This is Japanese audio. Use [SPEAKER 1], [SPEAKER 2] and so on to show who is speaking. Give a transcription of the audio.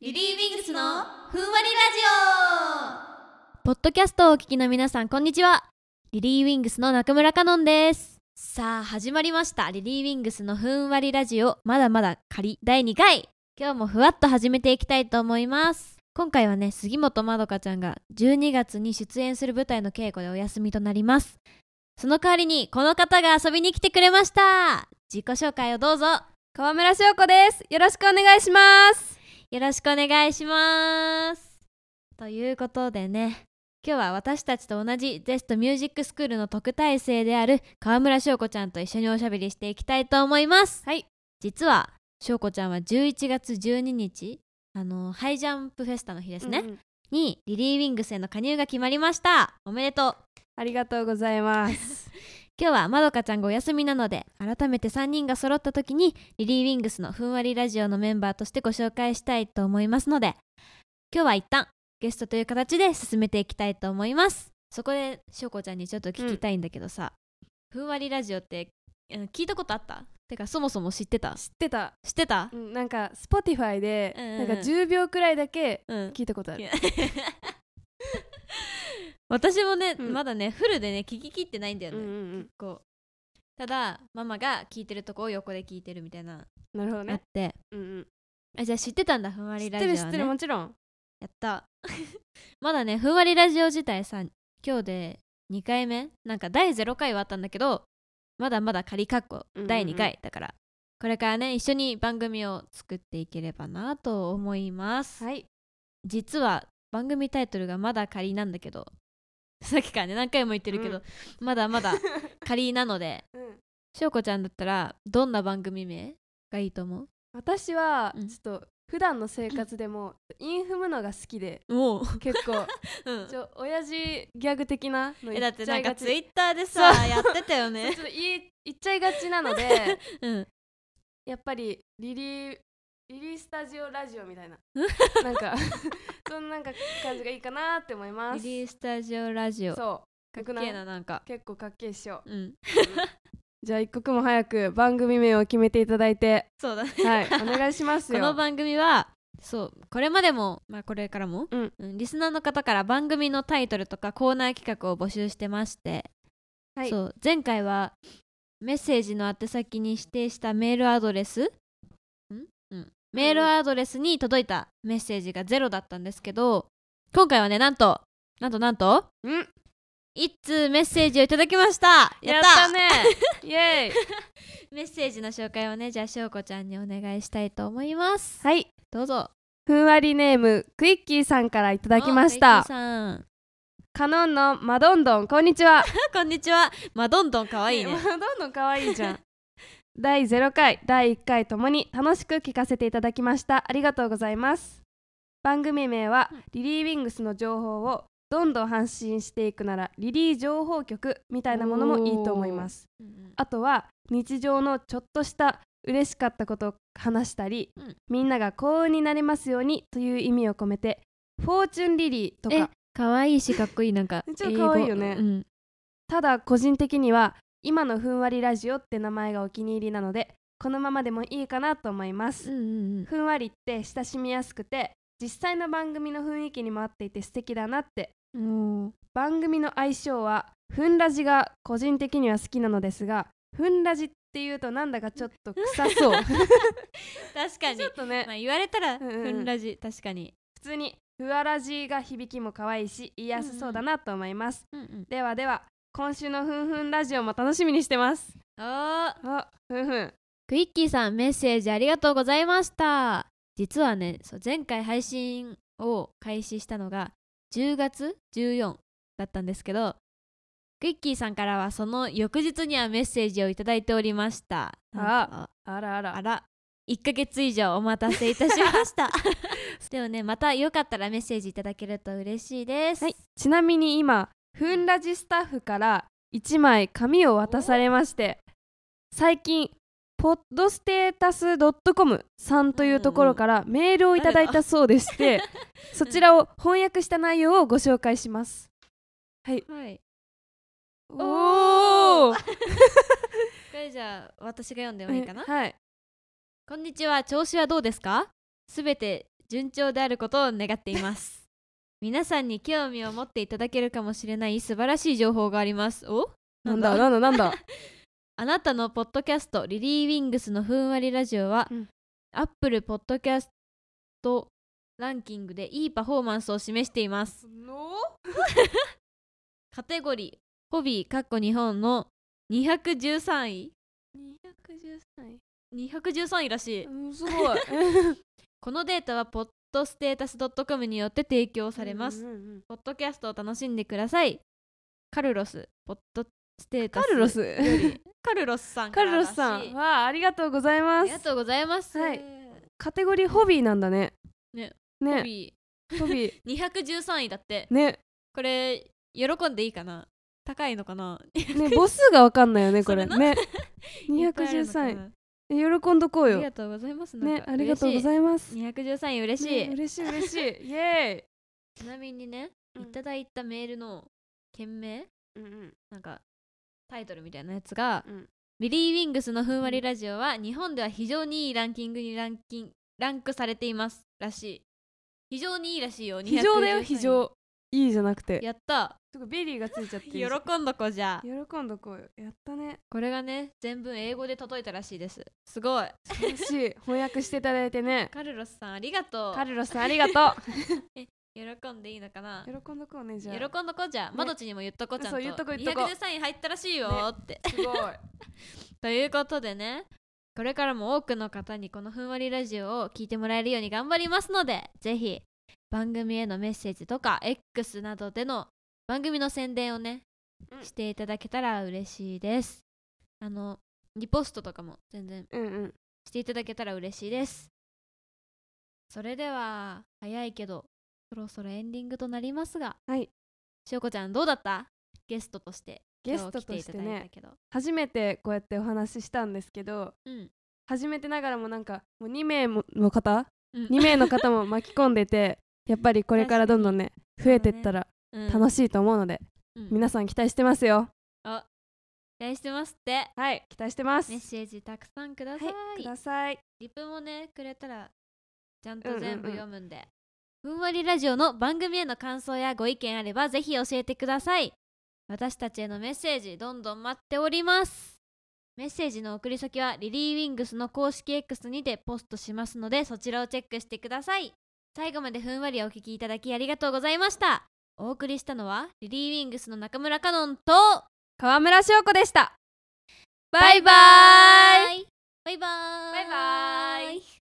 [SPEAKER 1] リリー・ウィングスのふんわりラ
[SPEAKER 2] ポッドキャストをお聞きの皆さんこんにちはリリーウィングスの中村香音ですさあ始まりましたリリーウィングスのふんわりラジオまだまだ仮第2回今日もふわっと始めていきたいと思います今回はね杉本まどかちゃんが12月に出演する舞台の稽古でお休みとなりますその代わりにこの方が遊びに来てくれました自己紹介をどうぞ
[SPEAKER 3] 川村翔子ですよろしくお願いします
[SPEAKER 2] よろしくお願いしますということでね今日は私たちと同じゼストミュージックスクールの特待生である川村翔子ちゃんと一緒におしゃべりしていきたいと思います
[SPEAKER 3] はい
[SPEAKER 2] 実は翔子ちゃんは11月12日あのハイジャンプフェスタの日ですね、
[SPEAKER 3] うんうん
[SPEAKER 2] にリリー・ウィングスへの加入が決まりましたおめでとう
[SPEAKER 3] ありがとうござい ます
[SPEAKER 2] 今日はまどかちゃんがお休みなので改めて3人が揃った時にリリー・ウィングスのふんわりラジオのメンバーとしてご紹介したいと思いますので今日は一旦ゲストという形で進めていきたいと思いますそこでしょうこちゃんにちょっと聞きたいんだけどさ、ふんわりラジオってあの聞いたことあったてかそもそも知ってた
[SPEAKER 3] 知ってた、
[SPEAKER 2] 知ってた
[SPEAKER 3] うん、なんか Spotify で、
[SPEAKER 2] うんうん
[SPEAKER 3] なんか10秒くらいだけ
[SPEAKER 2] うん
[SPEAKER 3] 聞いたことある
[SPEAKER 2] いや私もね、
[SPEAKER 3] うん
[SPEAKER 2] まだねフルでね聞ききってないんだよ
[SPEAKER 3] うん
[SPEAKER 2] ね、
[SPEAKER 3] うんうん
[SPEAKER 2] 結構ただママが聞いてるとこを横で聞いてるみたいな
[SPEAKER 3] なるほど
[SPEAKER 2] あっ
[SPEAKER 3] ね、
[SPEAKER 2] て、
[SPEAKER 3] うん
[SPEAKER 2] あじゃあ知ってたんだふんわ
[SPEAKER 3] うん、知
[SPEAKER 2] り
[SPEAKER 3] って
[SPEAKER 2] ラジオ、ね、
[SPEAKER 3] る知ってるもちろん
[SPEAKER 2] やった まだねふんわりラジオ自体さ今日で2回目なんか第0回はあったんだけどまだまだ仮括弧
[SPEAKER 3] うんうんうん
[SPEAKER 2] 第2回だから、これからね一緒に番組を作っていければなと思います、
[SPEAKER 3] はい
[SPEAKER 2] 実は番組タイトルがまだ仮なんだけど さっきからね何回も言ってるけど、ま だまだ仮なので
[SPEAKER 3] うん
[SPEAKER 2] しょうこちゃんだったらどんな番組名がいいと思う
[SPEAKER 3] 私は
[SPEAKER 2] うん
[SPEAKER 3] ちょっと普段の生活でもインフムのが好きで
[SPEAKER 2] もう、
[SPEAKER 3] 結構
[SPEAKER 2] うん
[SPEAKER 3] ちょ親父ギャグ的なの
[SPEAKER 2] え
[SPEAKER 3] 言
[SPEAKER 2] だ
[SPEAKER 3] っ
[SPEAKER 2] って
[SPEAKER 3] ちゃ
[SPEAKER 2] なん
[SPEAKER 3] い
[SPEAKER 2] か
[SPEAKER 3] がち
[SPEAKER 2] ツイッターでさやってたよ ね
[SPEAKER 3] ちょっと言い言っちゃいがちなので
[SPEAKER 2] うん
[SPEAKER 3] やっぱりリリーリリースタジオラジオみたい ななんか そんななんか感じがいいかなって思いま
[SPEAKER 2] リ
[SPEAKER 3] す
[SPEAKER 2] リースタジオラジオ
[SPEAKER 3] そうか
[SPEAKER 2] かっ
[SPEAKER 3] っ
[SPEAKER 2] け
[SPEAKER 3] け
[SPEAKER 2] え
[SPEAKER 3] え
[SPEAKER 2] な
[SPEAKER 3] な
[SPEAKER 2] なんか
[SPEAKER 3] 結構かっけえっしょ
[SPEAKER 2] うん
[SPEAKER 3] じゃあ一刻も早く番組名を決めていただいて
[SPEAKER 2] そうだね
[SPEAKER 3] はいお願いします
[SPEAKER 2] こ
[SPEAKER 3] よ
[SPEAKER 2] の番組はそうこれまでも、まあ、これからも、
[SPEAKER 3] うん
[SPEAKER 2] うんリスナーの方から番組のタイトルとかコーナー企画を募集してまして、
[SPEAKER 3] はい
[SPEAKER 2] そう前回はメッセージの宛先に指定したメールアドレスん、うん、メールアドレスに届いたメッセージがゼロだったんですけど今回はねなんとなんとなんと
[SPEAKER 3] うんやっ
[SPEAKER 2] 一通メッセージをいただきましたやった
[SPEAKER 3] たねイエーイ
[SPEAKER 2] メッセージの紹介をねじゃあしょうこちゃんにお願いしたいと思い ます
[SPEAKER 3] はい
[SPEAKER 2] どうぞ
[SPEAKER 3] ふんわりネームクイッキーさんからいただきまし
[SPEAKER 2] おゆ
[SPEAKER 3] た
[SPEAKER 2] きさん
[SPEAKER 3] カノンのマドンドンこんにちは
[SPEAKER 2] こんにちはまあどんどん可愛いね
[SPEAKER 3] どんどん可愛いじゃん第0回第1回ともに楽しく聞かせていただきましたありがとうございます番組名はリリー・ウィングスの情報をどんどん発信していくならリリー情報局みたいなものもいいと思いますあとは日常のちょっとした嬉しかったことを話したり、
[SPEAKER 2] うん
[SPEAKER 3] みんなが幸運になれますようにという意味を込めてフォーチュンリリーと
[SPEAKER 2] え
[SPEAKER 3] か
[SPEAKER 2] 可愛いしかっこいいなんか
[SPEAKER 3] ちょっと可愛いよね
[SPEAKER 2] 英語うん
[SPEAKER 3] ただ個人的には今のふんわりラジオって名前がお気に入りなのでこのままでもいいかなと思いま
[SPEAKER 2] う
[SPEAKER 3] す、
[SPEAKER 2] んうんうん
[SPEAKER 3] ふんわりって親しみやすくて実際の番組の雰囲気にも合っていて素敵だなって
[SPEAKER 2] も
[SPEAKER 3] 番組の相性はふんラジが個人的には好きなのですがふんラジっていうとなんだかちょっと臭そう
[SPEAKER 2] う確かに
[SPEAKER 3] ちょっとね
[SPEAKER 2] まあ言われたら
[SPEAKER 3] うんうん
[SPEAKER 2] ふんラジ確かに
[SPEAKER 3] 普通にふわラジが響きも可愛いし言いやすそうだなと思います、
[SPEAKER 2] うんうん
[SPEAKER 3] ではでは今週のふんふんラジオも楽しみにしてます
[SPEAKER 2] おー
[SPEAKER 3] あふんふん
[SPEAKER 2] クイッキーさんメッセージありがとうございました実はねそう前回配信を開始したのが10月14だったんですけどクイッキーさんからはその翌日にはメッセージをいただいておりましたなんと
[SPEAKER 3] あらあら
[SPEAKER 2] あら1ヶ月以上お待たせいたしました でもねまたよかったらメッセージいただけると嬉しいです、
[SPEAKER 3] はい、ちなみに今ふんラジスタッフから1枚紙を渡されまして最近ポッドステータス .com さんというところからメールをいただいたそうでして、そちらを翻訳した内容をご紹介します
[SPEAKER 2] はい、
[SPEAKER 3] おお
[SPEAKER 2] これじゃあ私が読んでもいいかな
[SPEAKER 3] はい
[SPEAKER 2] こんにちは調子はどうですかすべて順調であることを願っています 皆さんに興味を持っていただけるかもしれない素晴らしい情報がありますお
[SPEAKER 3] なんだなんだなんだ
[SPEAKER 2] あなたのポッドキャストリリー・ウィングスのふんわりラジオは、
[SPEAKER 3] うん
[SPEAKER 2] アップルポッドキャストランキングでいいパフォーマンスを示しています
[SPEAKER 3] の
[SPEAKER 2] カテゴリーホビーかっこ日本の213位
[SPEAKER 3] 213
[SPEAKER 2] 213位らしい
[SPEAKER 3] うんすごい
[SPEAKER 2] このデータはポッドステータス .com によって提供されます、
[SPEAKER 3] うんうんうん
[SPEAKER 2] ポッドキャストを楽しんでくださいカルロスポッドステータ
[SPEAKER 3] カ
[SPEAKER 2] ス
[SPEAKER 3] ルロス
[SPEAKER 2] より カルロスさんか
[SPEAKER 3] カル
[SPEAKER 2] ら
[SPEAKER 3] ロ
[SPEAKER 2] らし
[SPEAKER 3] ス
[SPEAKER 2] い
[SPEAKER 3] さんわあありがとうござい
[SPEAKER 2] あ
[SPEAKER 3] ま
[SPEAKER 2] りが
[SPEAKER 3] す
[SPEAKER 2] とうございます、
[SPEAKER 3] はいカテゴリーホビーなんだね
[SPEAKER 2] ねホ
[SPEAKER 3] ね
[SPEAKER 2] ビ
[SPEAKER 3] ホビー
[SPEAKER 2] ー213位だって
[SPEAKER 3] ね
[SPEAKER 2] これ喜んでいいかな高いのかな
[SPEAKER 3] ね母数がわかんないよねこれ
[SPEAKER 2] それな
[SPEAKER 3] ね
[SPEAKER 2] いっ
[SPEAKER 3] 213
[SPEAKER 2] ぱい
[SPEAKER 3] 位喜んどこ
[SPEAKER 2] あ
[SPEAKER 3] う
[SPEAKER 2] るのかな
[SPEAKER 3] よ
[SPEAKER 2] ありがとうございます
[SPEAKER 3] ねありがとうございます
[SPEAKER 2] います213位嬉しい、
[SPEAKER 3] ね嬉しい嬉し いイエ
[SPEAKER 2] ちなみにね、
[SPEAKER 3] うん
[SPEAKER 2] いただいたメールの件名
[SPEAKER 3] ーイうん
[SPEAKER 2] なんかタイトルみたいなやつが、
[SPEAKER 3] うん
[SPEAKER 2] リリー・ウィングスのふんわりラジオは日本では非常にいいランキングにランキンランクされていますらしい非常にいいらしいよ
[SPEAKER 3] 非常だよ
[SPEAKER 2] 213
[SPEAKER 3] 非常いいじゃなくて
[SPEAKER 2] やった
[SPEAKER 3] すごいベリーがついちゃって
[SPEAKER 2] 喜
[SPEAKER 3] る
[SPEAKER 2] んどこじゃ
[SPEAKER 3] 喜んどこうよやったね
[SPEAKER 2] これがね全文英語で届いたらしいですすごい
[SPEAKER 3] 素晴らし い翻訳していただいてね
[SPEAKER 2] カルロスさんありがとう
[SPEAKER 3] カルロスさんありがと
[SPEAKER 2] 喜んでいいのか
[SPEAKER 3] う
[SPEAKER 2] な
[SPEAKER 3] 喜んどこうねじ
[SPEAKER 2] 喜
[SPEAKER 3] ゃあ
[SPEAKER 2] んどこじゃ、
[SPEAKER 3] ね
[SPEAKER 2] まどちにも言っとこちゃんと
[SPEAKER 3] そう言っとこ言っとこ
[SPEAKER 2] 213位入ったらしいよって、
[SPEAKER 3] すごい
[SPEAKER 2] ということでねこれからも多くの方にこのふんわりラジオを聞いてもらえるように頑張りますのでぜひ番組へのメッセージとか X などでの番組の宣伝をね、
[SPEAKER 3] うん
[SPEAKER 2] していただけたら嬉しいですあのリポストとかも全然
[SPEAKER 3] うんうん
[SPEAKER 2] していただけたら嬉しいですそれでは早いけどそろそろエンディングとなりますが
[SPEAKER 3] はい
[SPEAKER 2] しおこちゃんどうだったゲストとして
[SPEAKER 3] ゲストとして
[SPEAKER 2] 今日来ていただいた
[SPEAKER 3] ね
[SPEAKER 2] けど
[SPEAKER 3] 初めてこうやってお話ししたんですけど
[SPEAKER 2] うん
[SPEAKER 3] 初めてながらもなんかもう2名もの方
[SPEAKER 2] うん
[SPEAKER 3] 2名の方も巻き込んでてやっぱりこれからどんどんね増えてったら楽しいと思うので、
[SPEAKER 2] うん
[SPEAKER 3] 皆さん期待してますよ
[SPEAKER 2] 期待してますって
[SPEAKER 3] はい期待してます
[SPEAKER 2] メッセージたくさんください、
[SPEAKER 3] はいください
[SPEAKER 2] リプもねくれたらちゃ
[SPEAKER 3] う
[SPEAKER 2] ん
[SPEAKER 3] ん
[SPEAKER 2] と
[SPEAKER 3] うんうん
[SPEAKER 2] 全部読むんで、ふんわりラジオの番組への感想やご意見あればぜひ教えてください私たちへのメッセージどんどん待っておりますメッセージの送り先はリリーウィングスの公式 X にてポストしますのでそちらをチェックしてください最後までふんわりお聞きいただきありがとうございましたお送りしたのはリリーウィングスの中村かのんと
[SPEAKER 3] 河村翔子でしたバイバイ
[SPEAKER 2] バイバーイ
[SPEAKER 3] バイバーイ